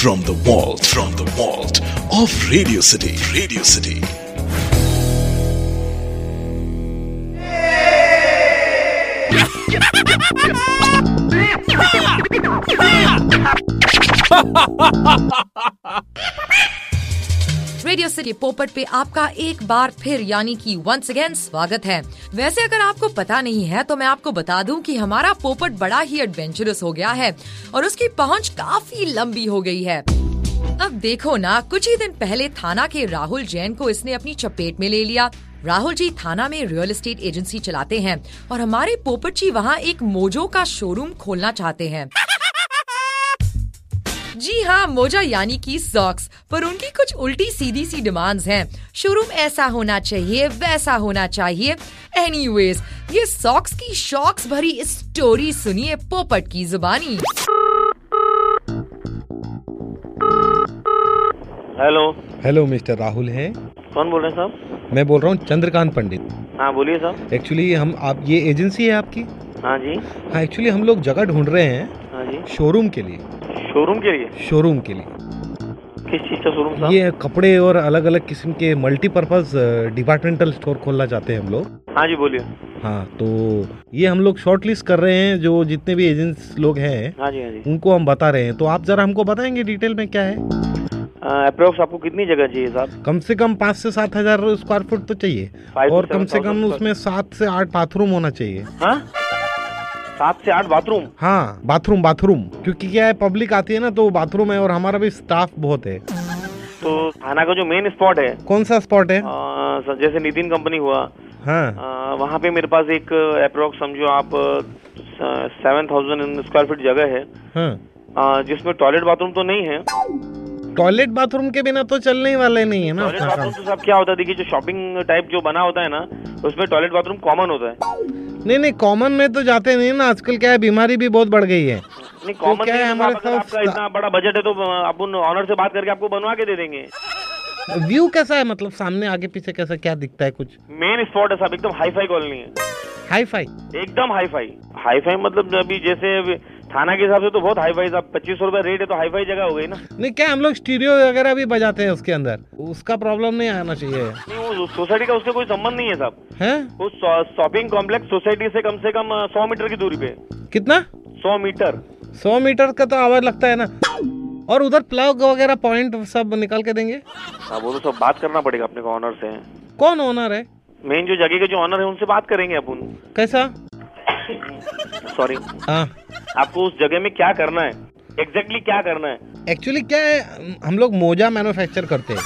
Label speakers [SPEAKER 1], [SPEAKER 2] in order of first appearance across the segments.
[SPEAKER 1] from the vault from the vault of radio city radio city
[SPEAKER 2] Radio City Popat पे आपका एक बार फिर यानी कि वंस अगेन स्वागत है वैसे अगर आपको पता नहीं है तो मैं आपको बता दूं कि हमारा पोपट बड़ा ही एडवेंचरस हो गया है और उसकी पहुंच काफी लंबी हो गई है अब देखो ना कुछ ही दिन पहले थाना के राहुल जैन को इसने अपनी चपेट में ले लिया राहुल जी थाना में रियल एस्टेट एजेंसी चलाते हैं और हमारे पोपट जी वहाँ एक मोजो का शोरूम खोलना चाहते हैं जी हाँ मोजा यानी कि सॉक्स पर उनकी कुछ उल्टी सीधी सी डिमांड्स हैं शोरूम ऐसा होना चाहिए वैसा होना चाहिए एनीवेज ये सॉक्स की शॉक्स भरी इस स्टोरी सुनिए पोपट की जुबानी
[SPEAKER 3] हेलो
[SPEAKER 4] हेलो मिस्टर राहुल हैं
[SPEAKER 3] कौन बोल रहे हैं साहब
[SPEAKER 4] मैं बोल रहा हूँ चंद्रकांत पंडित
[SPEAKER 3] हाँ बोलिए साहब
[SPEAKER 4] एक्चुअली हम आप ये एजेंसी है आपकी
[SPEAKER 3] हाँ जी
[SPEAKER 4] हाँ एक्चुअली हम लोग जगह ढूंढ रहे हैं
[SPEAKER 3] हाँ जी
[SPEAKER 4] शोरूम के लिए
[SPEAKER 3] शोरूम के लिए
[SPEAKER 4] शोरूम के लिए
[SPEAKER 3] किस चीज़ का शोरूम साहब
[SPEAKER 4] ये कपड़े और अलग अलग किस्म के मल्टीपर्पज़ डिपार्टमेंटल स्टोर खोलना चाहते हैं हम लोग
[SPEAKER 3] हाँ जी बोलिए
[SPEAKER 4] हाँ तो ये हम लोग शॉर्ट लिस्ट कर रहे हैं जो जितने भी एजेंट्स लोग हैं
[SPEAKER 3] हाँ जी हाँ जी
[SPEAKER 4] उनको हम बता रहे हैं तो आप ज़रा हमको बताएंगे डिटेल में क्या है
[SPEAKER 3] अप्रोक्स आपको कितनी जगह चाहिए साहब
[SPEAKER 4] कम से कम पाँच से सात हज़ार स्क्वायर फुट तो चाहिए
[SPEAKER 3] Five to
[SPEAKER 4] और कम
[SPEAKER 3] seven
[SPEAKER 4] से कम
[SPEAKER 3] thousand
[SPEAKER 4] उसमें सात से आठ बाथरूम होना चाहिए
[SPEAKER 3] हाँ सात से आठ बाथरूम
[SPEAKER 4] हाँ बाथरूम बाथरूम क्योंकि क्या है पब्लिक आती है ना तो बाथरूम है और हमारा भी स्टाफ बहुत है
[SPEAKER 3] तो थाना का जो मेन स्पॉट है
[SPEAKER 4] कौन सा स्पॉट है
[SPEAKER 3] आ, सर, जैसे नितिन कंपनी हुआ
[SPEAKER 4] हाँ
[SPEAKER 3] आ, वहाँ पे मेरे पास एक अप्रोक्स समझो आप सेवन थाउजेंड स्क्वायर फीट जगह है
[SPEAKER 4] हाँ
[SPEAKER 3] आ, जिसमें टॉयलेट बाथरूम तो नहीं है
[SPEAKER 4] टॉयलेट बाथरूम के बिना तो चलने ही वाले नहीं है ना हाँ,
[SPEAKER 3] टॉयलेट
[SPEAKER 4] अपना
[SPEAKER 3] बाथरूम
[SPEAKER 4] काम
[SPEAKER 3] तो साहब क्या होता है देखिए जो शॉपिंग टाइप जो बना होता है ना उसमें टॉयलेट बाथरूम कॉमन होता है
[SPEAKER 4] नहीं नहीं कॉमन में तो जाते नहीं ना आजकल क्या है बीमारी भी बहुत बढ़ गई है
[SPEAKER 3] नहीं कॉमन
[SPEAKER 4] तो क्या
[SPEAKER 3] नहीं
[SPEAKER 4] है,
[SPEAKER 3] है
[SPEAKER 4] हमारे
[SPEAKER 3] साहब, अगर
[SPEAKER 4] साथ
[SPEAKER 3] आपका
[SPEAKER 4] सा-
[SPEAKER 3] इतना बड़ा बजट है तो आप उन ऑनर से बात करके आपको बनवा के दे देंगे
[SPEAKER 4] व्यू कैसा है मतलब सामने आगे पीछे कैसा क्या दिखता है कुछ
[SPEAKER 3] मेन स्पॉट है साहब एकदम हाई फाई कॉलोनी है
[SPEAKER 4] हाई फाई
[SPEAKER 3] एकदम हाई फाई हाई फाई मतलब अभी जैसे अभी थाना के हिसाब से तो बहुत हाई फाई साहब पच्चीस सौ रुपया रेट है तो हाई फाई जगह हो गई ना
[SPEAKER 4] नहीं क्या हम लोग स्टीरियो वगैरह भी बजाते हैं उसके अंदर उसका प्रॉब्लम नहीं आना चाहिए
[SPEAKER 3] नहीं वो सोसाइटी का उसका कोई संबंध नहीं है साहब
[SPEAKER 4] हैं
[SPEAKER 3] उस शॉपिंग कॉम्प्लेक्स सोसाइटी से कम से कम सौ मीटर की दूरी पे
[SPEAKER 4] कितना
[SPEAKER 3] सौ मीटर
[SPEAKER 4] सौ मीटर का तो आवाज लगता है ना और उधर प्लग वगैरह पॉइंट सब निकाल के देंगे
[SPEAKER 3] हाँ वो तो सब बात करना पड़ेगा अपने को ऑनर से
[SPEAKER 4] कौन ओनर है
[SPEAKER 3] मेन जो जगह के जो ऑनर है उनसे बात करेंगे अपन
[SPEAKER 4] कैसा
[SPEAKER 3] सॉरी
[SPEAKER 4] हाँ
[SPEAKER 3] आपको उस जगह में क्या करना है एग्जैक्टली exactly क्या करना है
[SPEAKER 4] एक्चुअली क्या है हम लोग मोजा मैन्युफैक्चर करते हैं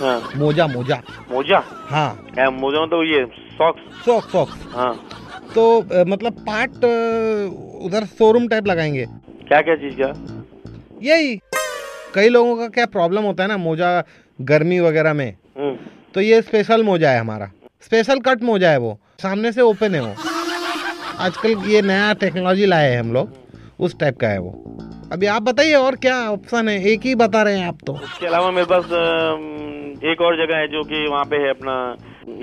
[SPEAKER 3] हाँ
[SPEAKER 4] मोजा मोजा
[SPEAKER 3] मोजा
[SPEAKER 4] हाँ
[SPEAKER 3] है, मोजा मतलब ये सॉक्स
[SPEAKER 4] सॉक सॉक
[SPEAKER 3] हाँ
[SPEAKER 4] तो अ, मतलब पार्ट अ, उधर शोरूम टाइप लगाएंगे
[SPEAKER 3] क्या क्या चीज का
[SPEAKER 4] यही कई लोगों का क्या प्रॉब्लम होता है ना मोजा गर्मी वगैरह में
[SPEAKER 3] हम्म,
[SPEAKER 4] तो ये स्पेशल मोजा है हमारा स्पेशल कट मोजा है वो सामने से ओपन है वो आजकल ये नया टेक्नोलॉजी लाए हैं हम लोग उस टाइप का है वो अभी आप बताइए और क्या ऑप्शन है एक ही बता रहे हैं आप तो
[SPEAKER 3] इसके अलावा मेरे पास अम, एक और जगह है जो कि वहाँ पे है अपना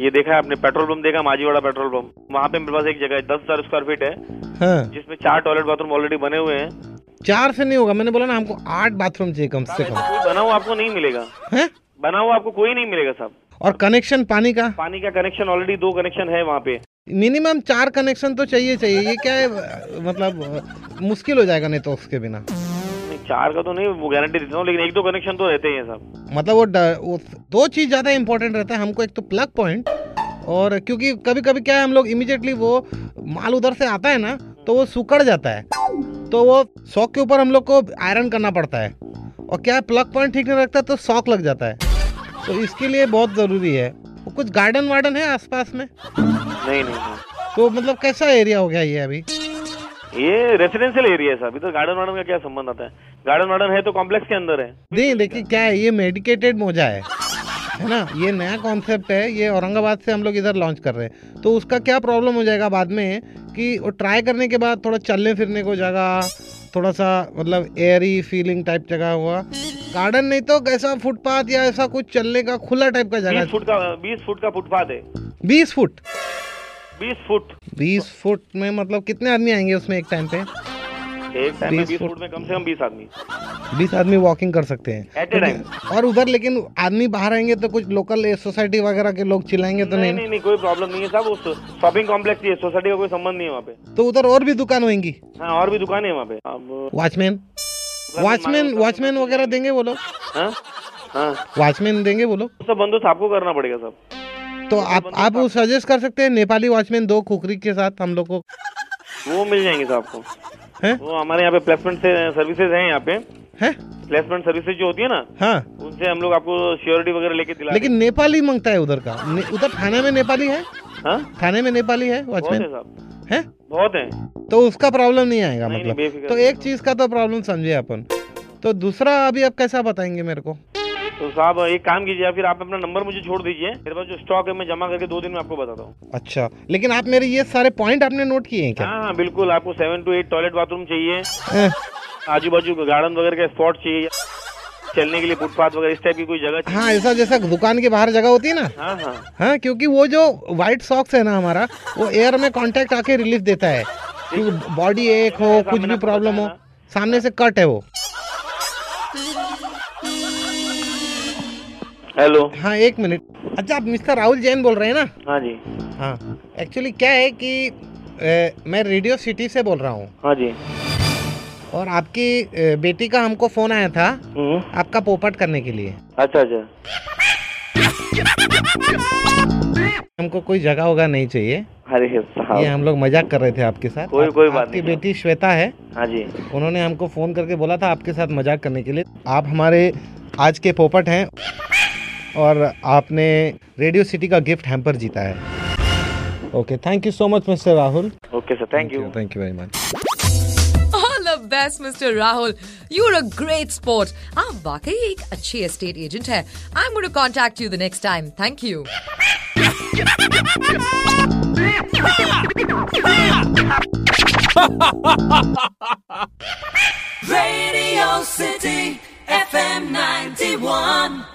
[SPEAKER 3] ये देखा है आपने पेट्रोल पंप देखा माजीवाड़ा पेट्रोल पंप वहाँ पे मेरे पास एक जगह है दस हजार स्क्वायर फीट है
[SPEAKER 4] हाँ
[SPEAKER 3] जिसमें चार टॉयलेट बाथरूम ऑलरेडी बने हुए हैं
[SPEAKER 4] चार से नहीं होगा मैंने बोला ना हमको आठ बाथरूम चाहिए कम से
[SPEAKER 3] ऐसा
[SPEAKER 4] कम
[SPEAKER 3] कोई बना हुआ आपको नहीं मिलेगा
[SPEAKER 4] हैं
[SPEAKER 3] बना हुआ आपको कोई नहीं मिलेगा साहब
[SPEAKER 4] और कनेक्शन पानी का
[SPEAKER 3] पानी का कनेक्शन ऑलरेडी दो कनेक्शन है वहाँ पे
[SPEAKER 4] मिनिमम चार कनेक्शन तो चाहिए चाहिए ये क्या है अ, मतलब अ, मुश्किल हो जाएगा नहीं तो उसके बिना
[SPEAKER 3] नहीं, चार का तो नहीं वो गारंटी देता हूँ लेकिन एक दो कनेक्शन तो रहते ही हैं साहब
[SPEAKER 4] मतलब वो, ड- वो दो चीज़ ज़्यादा इंपॉर्टेंट रहता है हमको एक तो प्लग पॉइंट और क्योंकि कभी कभी क्या है हम लोग इमिजिएटली वो माल उधर से आता है ना तो वो सुकड़ जाता है तो वो शॉक के ऊपर हम लोग को आयरन करना पड़ता है और क्या है प्लग पॉइंट ठीक नहीं रखता तो शॉक लग जाता है तो इसके लिए बहुत ज़रूरी है वो कुछ गार्डन वार्डन है आसपास में
[SPEAKER 3] नहीं नहीं साहब
[SPEAKER 4] तो मतलब कैसा एरिया हो गया ये अभी
[SPEAKER 3] ये रेसिडेंशियल एरिया है साहब इधर गार्डन वार्डन का क्या संबंध आता है गार्डन वार्डन है तो कॉम्प्लेक्स के अंदर है
[SPEAKER 4] नहीं देखिए क्या है ये मेडिकेटेड मोजा है है ना ये नया कॉन्सेप्ट है ये औरंगाबाद से हम लोग इधर लॉन्च कर रहे हैं तो उसका क्या प्रॉब्लम हो जाएगा बाद में कि वो ट्राई करने के बाद थोड़ा चलने फिरने को जगह थोड़ा सा मतलब एयरी फीलिंग टाइप जगह हुआ गार्डन नहीं तो ऐसा फुटपाथ या ऐसा कुछ चलने का खुला टाइप का
[SPEAKER 3] बीस
[SPEAKER 4] जगह
[SPEAKER 3] फुट का बीस फुट का फुटपाथ है
[SPEAKER 4] बीस फुट
[SPEAKER 3] बीस फुट
[SPEAKER 4] बीस फुट में मतलब कितने आदमी आएंगे उसमें एक टाइम पे
[SPEAKER 3] एक टाइम में
[SPEAKER 4] बीस
[SPEAKER 3] बीस
[SPEAKER 4] फुट।
[SPEAKER 3] फुट में कम से कम बीस आदमी
[SPEAKER 4] बीस आदमी वॉकिंग कर सकते हैं
[SPEAKER 3] एट ए टाइम
[SPEAKER 4] और उधर लेकिन आदमी बाहर आएंगे तो कुछ लोकल सोसाइटी वगैरह के लोग चिल्लाएंगे तो
[SPEAKER 3] नहीं
[SPEAKER 4] नहीं
[SPEAKER 3] नहीं नहीं कोई प्रॉब्लम नहीं है साहब उस शॉपिंग कॉम्प्लेक्स है सोसाइटी का कोई संबंध नहीं है वहाँ पे
[SPEAKER 4] तो उधर और भी दुकान होंगी
[SPEAKER 3] हाँ और भी दुकान है वहाँ पे अब
[SPEAKER 4] वॉचमैन वॉचमैन वॉचमैन वगैरह देंगे वो लोग
[SPEAKER 3] हाँ हाँ
[SPEAKER 4] वॉचमैन देंगे वो लोग
[SPEAKER 3] वो सब बंदोबस्त आपको करना पड़ेगा साहब
[SPEAKER 4] तो आप आप सजेस्ट कर सकते हैं नेपाली वॉचमैन दो खुकरी के साथ हम लोग को
[SPEAKER 3] वो मिल जाएंगे साहब आपको
[SPEAKER 4] हैं
[SPEAKER 3] वो हमारे यहाँ पे प्लेसमेंट से सर्विसेज हैं यहाँ पे
[SPEAKER 4] हैं
[SPEAKER 3] प्लेसमेंट सर्विसेज जो होती है ना
[SPEAKER 4] हाँ
[SPEAKER 3] उनसे हम लोग आपको श्योरिटी वगैरह लेके दिला
[SPEAKER 4] लेकिन नेपाली मांगता है उधर का ने- उधर थाने में नेपाली है
[SPEAKER 3] देंगे। हाँ
[SPEAKER 4] थाने में नेपाली है
[SPEAKER 3] बहुत है
[SPEAKER 4] वॉचमैन
[SPEAKER 3] साहब
[SPEAKER 4] है
[SPEAKER 3] बहुत है
[SPEAKER 4] तो उसका प्रॉब्लम नहीं आएगा
[SPEAKER 3] नहीं, नहीं,
[SPEAKER 4] मतलब
[SPEAKER 3] बेफिक्र
[SPEAKER 4] तो
[SPEAKER 3] रहो।
[SPEAKER 4] एक चीज का तो प्रॉब्लम समझे अपन तो दूसरा अभी आप कैसा बताएंगे मेरे को
[SPEAKER 3] तो साहब एक काम कीजिए या फिर आप अपना नंबर मुझे छोड़ दीजिए मेरे पास जो स्टॉक है मैं जमा करके दो दिन में आपको बताता हूँ
[SPEAKER 4] अच्छा लेकिन आप मेरे ये सारे पॉइंट आपने नोट किए हैं क्या
[SPEAKER 3] हाँ हाँ बिल्कुल आपको seven to eight toilet bathroom चाहिए
[SPEAKER 4] हैं?
[SPEAKER 3] आजू बाजू गार्डन वगैरह का स्पॉट चाहिए चलने के लिए फुटपाथ वगैरह इस टाइप की कोई जगह चाहिए
[SPEAKER 4] हाँ ऐसा जैसा दुकान के बाहर जगह होती है ना
[SPEAKER 3] हाँ हाँ
[SPEAKER 4] हाँ क्योंकि वो जो वाइट सॉक्स है ना हमारा वो एयर में कांटेक्ट आके रिलीफ देता है कि बॉडी एक हो कुछ भी प्रॉब्लम हो सामने से कट है वो
[SPEAKER 3] हेलो
[SPEAKER 4] हाँ एक मिनट अच्छा आप मिस्टर राहुल जैन बोल रहे हैं ना
[SPEAKER 3] हाँ जी
[SPEAKER 4] हाँ एक्चुअली क्या है कि ए, मैं रेडियो सिटी से बोल रहा हूँ
[SPEAKER 3] हाँ जी
[SPEAKER 4] और आपकी ए, बेटी का हमको फ़ोन आया था
[SPEAKER 3] हम्म,
[SPEAKER 4] आपका पोपट करने के लिए
[SPEAKER 3] अच्छा अच्छा
[SPEAKER 4] हमको कोई जगह होगा नहीं चाहिए
[SPEAKER 3] अरे
[SPEAKER 4] ये
[SPEAKER 3] साहब
[SPEAKER 4] हम लोग मजाक कर रहे थे आपके साथ
[SPEAKER 3] हाँ। कोई-
[SPEAKER 4] आप-
[SPEAKER 3] कोई बात
[SPEAKER 4] आपकी
[SPEAKER 3] नहीं।
[SPEAKER 4] बेटी श्वेता है
[SPEAKER 3] हाँ जी
[SPEAKER 4] उन्होंने हमको फ़ोन करके बोला था आपके साथ मजाक करने के लिए आप हमारे आज के पोपट हैं और आपने रेडियो सिटी का गिफ्ट हैम्पर जीता है okay thank you so much mister Rahul
[SPEAKER 3] okay sir thank you
[SPEAKER 4] thank you very much
[SPEAKER 2] all the best mister Rahul you are a great sport आप वाकई एक अच्छे एस्टेट एजेंट हैं I am going to contact you the next time thank you
[SPEAKER 5] Radio City FM 91.